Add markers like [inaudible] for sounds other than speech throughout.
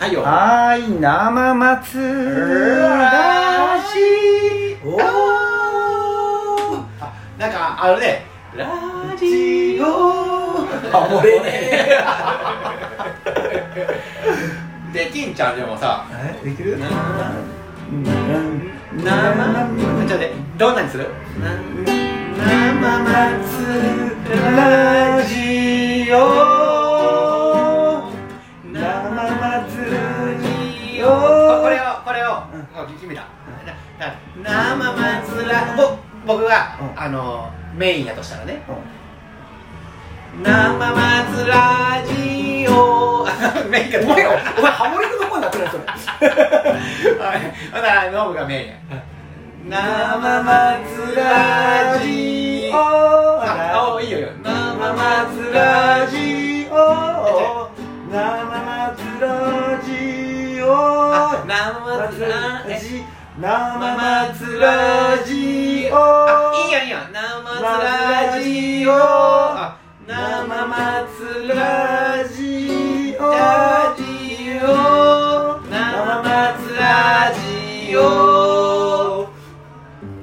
はいよはい、生松だし。おーあなんかあれねラジオあ、俺ね。 [laughs] で金ちゃんでもさえ、できる。な生生ちょっと待ってどんなにするな生松ラジオ。生松いいジよここれをオ。これを、うんもう決めた、だだ生松らぼ僕が、うんあのメインやとしたらねうん生松ラジオ [laughs] あメインかお前よ、お前ハモリのとこになってないそれ。はいほんならノブがメインや生松ラジオ。あおいいよいいよ生松ラジオ生松ラジあオ生松ラジオ生松ラジオあいいよいいよ生松ラジオあ生生松松ララジジオオラジオ生松ラジオ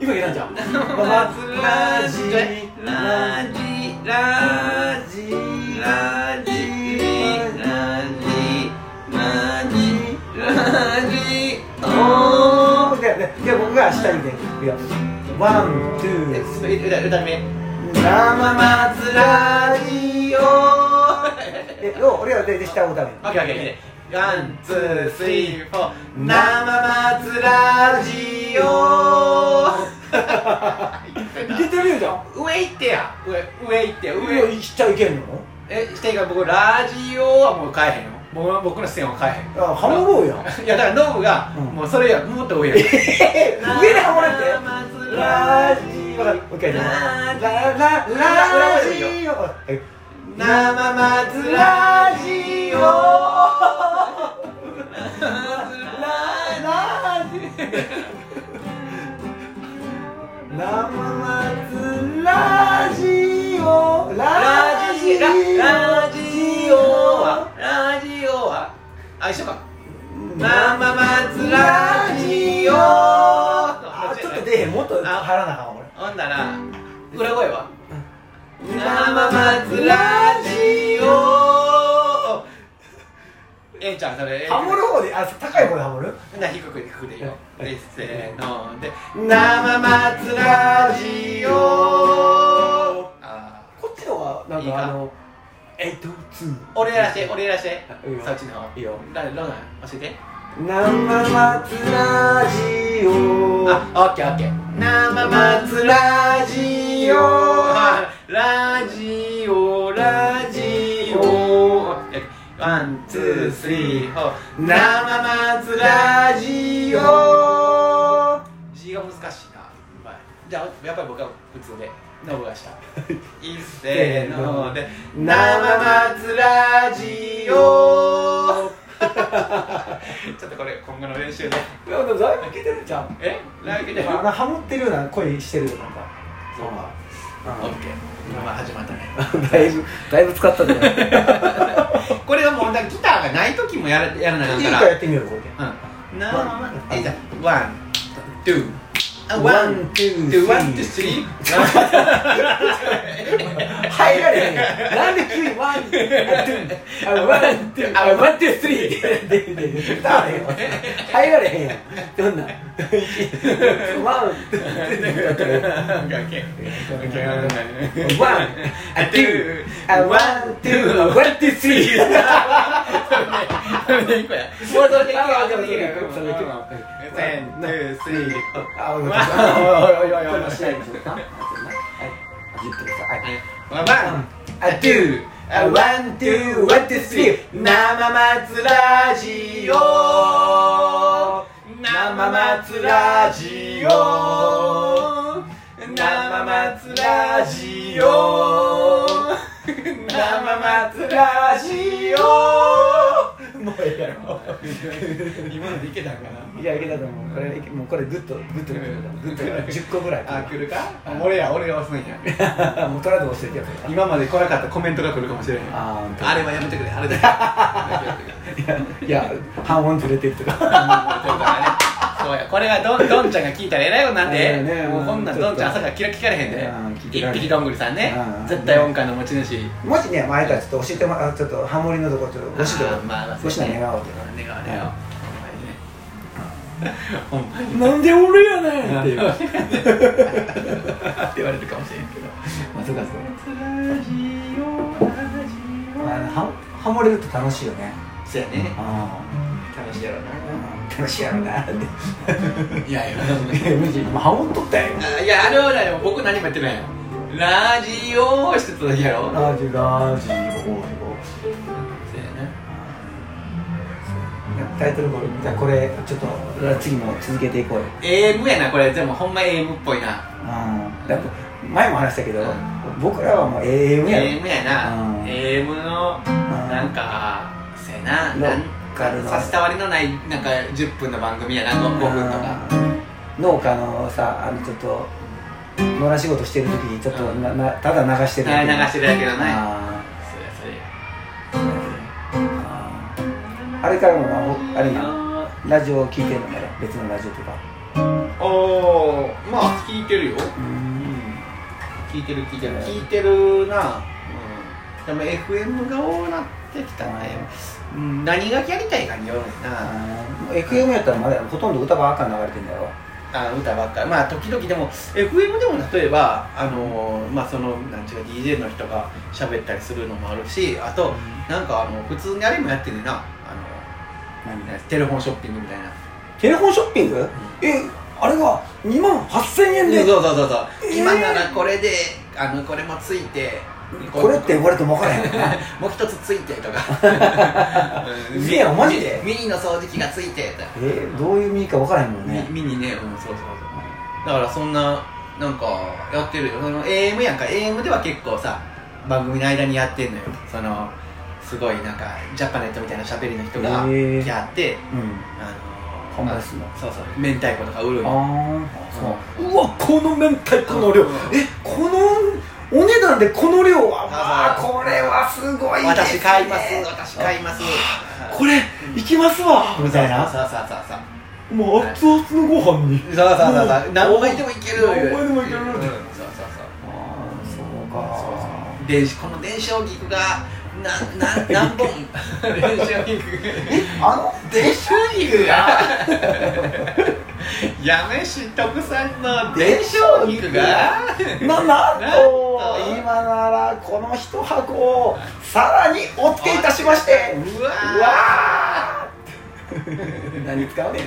今いらんじゃん生生松ラジオラジラジジラジラジラジラジおオーででで僕が下にでいやワンツースえ歌歌目生生松ラジオえよ俺らでで下を歌うよオッケーオッケーワン、ツー、スリー、フォー生松ラジオいけてるじゃん上行ってや上、上行ってや上上いっちゃいけんのえ、してか僕ラジオはもう変えへんよ僕は僕の視線は変えへあハモろうやんんいやだからノブがうんもうそれやもっと上やえ上でハモれって生松ララジジオオラララララジジオ生松ラジオララジ生松ラジオララジジラオラジオはラジオはあ一緒か生松ラジオあちょっと出えへんもっと入らなあかん俺ほんなら裏声は生松松ララジジオえんちゃんそれハモる方であ高い方でハモるな低く低くでいいよでせーので生松ラジオあこっちの方がなんいいかかあのえっとツーー俺らして俺らしていいよそっちの方いいよだロナ教えて生松ラジオあ、オッケーオッケー生松ラジオラジオラジオワン、ツー、スリー、フォー生松ラジオ G が難しいなうまいじゃあ、やっぱり僕は普通 [laughs] でノブがしたいっせーので生松ラジオ [laughs] ちょっとこれ今後の練習でいやでもだいぶいけてるじゃんえライブであのハモってるような声してるよなんかそうかオッケー今まあ始まったねだいぶだいぶ使ったじゃないいいこれはもうだからギターがない時もやらやらないかかららやってみようこれでうんなあえじゃあワンツーあワンツー One, two, ワンツースリー入られへんなんで急にワンツーあワンツーあワンツースリーででで歌われへんわ入られへんやんどんなワンツーだったらオッケーオッケーオッケーワン、あ、ツー、あ、ワン、ツー、あ、ワン、ツー、スリー。それでいこうやもうそれでいこうやそれでいこうセンツースリーあ、ワおンいはいおいおいおいおいおい。はい言ってください。ワンあ、トゥー、ワン、トゥー、ワン、トゥー、スリー、生松ラジオ、生松ラジオ、生松ラジオ、生松ラジオ、生もうええやろ今のでいけたかないやいけたと思うこれもうこれグッとグッとグッと10個ぐらいあ来るか俺や俺が押すんやもうトラウト教えてやった今まで来なかったコメントが来るかもしれないあー本当あれはやめてくれあれだけあ [laughs] れだけいや半音ずれてるとかそうやこれはどんどんちゃんが聞いたらえらいよなんえで、えねもうこんなんどんちゃん朝から聞かれへんいでや聞け一られへん匹どんぐりさんねうん絶対音感の持ち主もしね、前からちょっと教えてもらう、ちょっとハモリのとこ、ちょっとご指導あー、まあまあご指導願おうと。願わねよほんまにねなんで俺やねほんまに [laughs] う。って言われるかもしれんけどまあ、そうか、そうか。そあのハハモれると楽しいよね。うやねあ楽しいやろあ、楽しいやろなって。ない [laughs] やいや無事、今ハモっとったよ。あいやあれはね僕何もやってないよラジオしてただけやろラジラジオオそうやねタイトルコール、じゃあこれ、ちょっと、次も続けていこうよ。英語やなこれでもほんま英語っぽいなうん。だって前も話したけどうん、僕らはもう AM やろ。英語やなうん英語のなんかせやなロなんッカかルの差し障りのないなんか10分の番組やな5分とか農家のさあのちょっと野良仕事してる時にちょっとうんななただ流して流るだけしてるだけどないあそれそれーあーあれからもなほあれなラジオ聞いてるのかな別のラジオとかおーまあ聞いてるようん聞いてる聞いてる聞いてるな、うん、でも FM が多なってきたな、うん、何がやりたいかによるねんな、 FM やったらまだほとんど歌ばっか流れてんだろあ歌ばっかりまあ時々でも FM でも例えばあのーまあそのなんちゅうか DJ の人が喋ったりするのもあるしあとなんかあの普通にあれもやってんねんなあの何テレフォンショッピングみたいなテレフォンショッピングえあれが2万8000円そうでそうそうそう、えー今ならこれであのこれもついてこれって言われても分からへんよなもう一つついてと [laughs] かうせやんマジでミミニの掃除機がついてとか、えーどういう意味か分からへんもんねミミニねうんそうそうそうだからそんななんかやってるよその AM やんか AM では結構さ番組の間にやってんのよそのすごいなんかジャパネットみたいな喋りの人がへー来あって、うんあの販売すんのそうそう明太子とか売るんよああそううわこの明太子の量えこのお値段でこの量はまあそうそうこれはすごいです私ね買います私買いますこれいきますわみたいなそうそうそうそうもう熱々のご飯にそうそうそうそうも何杯でもいける何杯でもいけるうんそうそうそうああそうそうかそう電子この電子音楽がなな何 [laughs] 本電子音楽あの電子音楽が [laughs] やめし特産の電子音楽がななんとなんと今ならこの一箱をさらにお付けいたしましてうわうわー [laughs] 何使うねん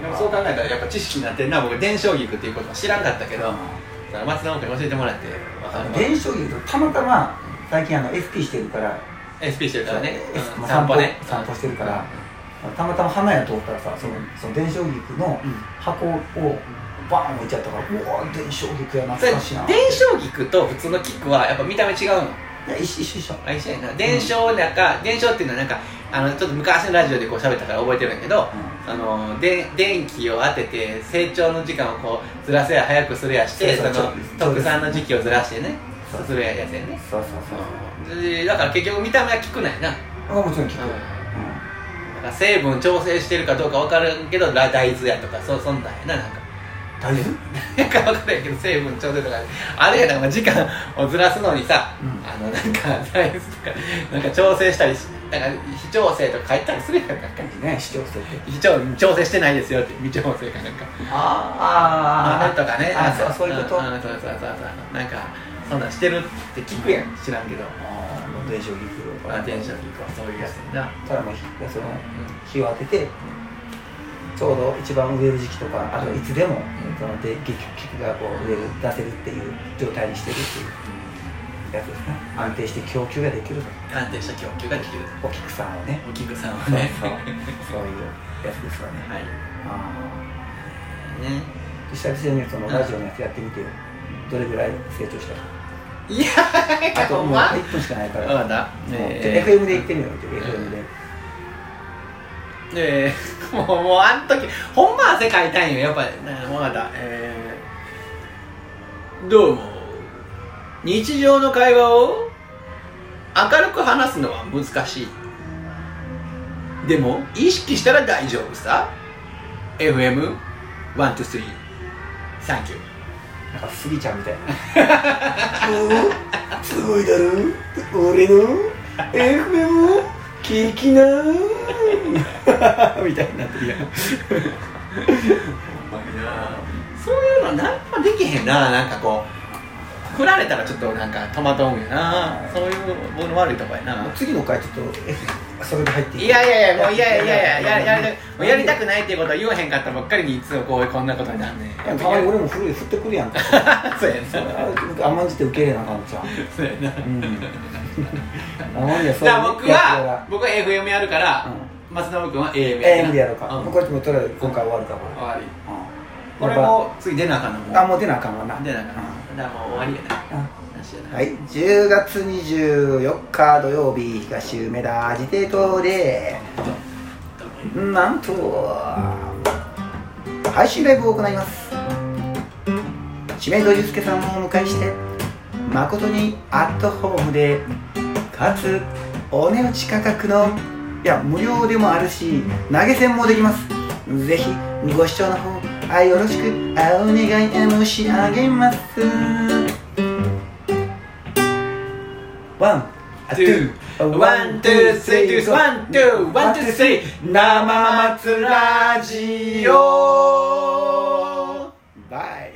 でもそう考えたらやっぱ知識になってんな僕電子音楽っていうことは知らんかったけど松田音楽に教えてもらって分かるわ電子書籍とたまたま最近あの SP してるから SP してるからねそううん散歩ね散歩してるからたまたま花屋通ったらさそのその電子書籍のうん箱をバーン置いちゃったからうわー電子書籍やそれ懐かしいな電子音楽と普通のキックはやっぱ見た目違うのいや一緒一緒一緒あ一緒やな伝承なんか伝承っていうのはなんかあのちょっと昔のラジオでこう喋ったから覚えてるんやけどあので電気を当てて成長の時間をこうずらせや早くするやしてそそうそうのそう特産の時期をずらしてねそうするやつやねそうそうでだから結局見た目は聞くないな、うんそうあもちろん聞く、だから成分調整してるかどうか分からんけどラ大豆やとかそうそんなんやななんか [laughs] 大丈夫なんか分からんけど成分調整とかあれやなまあ時間をずらすのにさ、うんあのなんかサイズとかなんか調整したりしなんか非調整とか書いたりするやんかね視聴してて非調調整してないですよって未調整かなんかああれとかねあなんかそうそういうことんんそうそうそうそうなんかそんなんしてるって聞くやん知らんけどあー電子書籍まあテンション聞くわそういうやつやなただもうひその日を当ててちょうど一番売れる時期とかあといつでも、そので劇劇がこう売れる出せるっていう状態にしてるっていうやつですね安定して供給ができる安定した供給ができるお客さんをねお菊さん [laughs] はそうねそうそういうやつですわはねいあねあ久々にそのラジオのやつやってみてどれぐらい成長したいやあとほんもうま1分しかないか分らかったもうえー FM で行ってみよう FM でえー、 [laughs] もうもうあん時ほんま汗かいたんよやっぱ分かったえー、どうも日常の会話を明るく話すのは難しいでも意識したら大丈夫さ FM123 サンキューなんかスギちゃん [laughs] みたいなおすごいだろ俺の FM を聞 [laughs] きなみたいになってるやんほんまになそういうのなんもできへんななんかこう振られたらちょっとなんか戸惑うんやなそういう僕の悪いとこやな次の回ちょっとそれで入っていいやいやいやもういやいやいやややりたやりたくないっていうことを言わへんかったばっかりにいつもこうこんなことになんねんたまに俺も古い振ってくるやんか [laughs] そうやな甘んじて受け入れなあかんじゃんそうやなうん甘んじてそうじゃあ僕やつはら僕は FM やるからう松信君は AM んや AM でやろうかんもうこれもとりあえず今回終わるから終わりこれ俺も次出なあかんのもうあもう出なあかんわな出なあかんのだからもう終わりやなうん話やなはい、10月24日土曜日東梅田アジテートでなんと配信ライブを行います知名度ゆうすけさんをお迎えして誠にアットホームでかつお値打ち価格のいや無料でもあるし投げ銭もできますぜひご視聴の方あよろしくお願い申し上げますワン、 two, one, two, three, two, one, two, one, two, three. 生松ラジオバイ。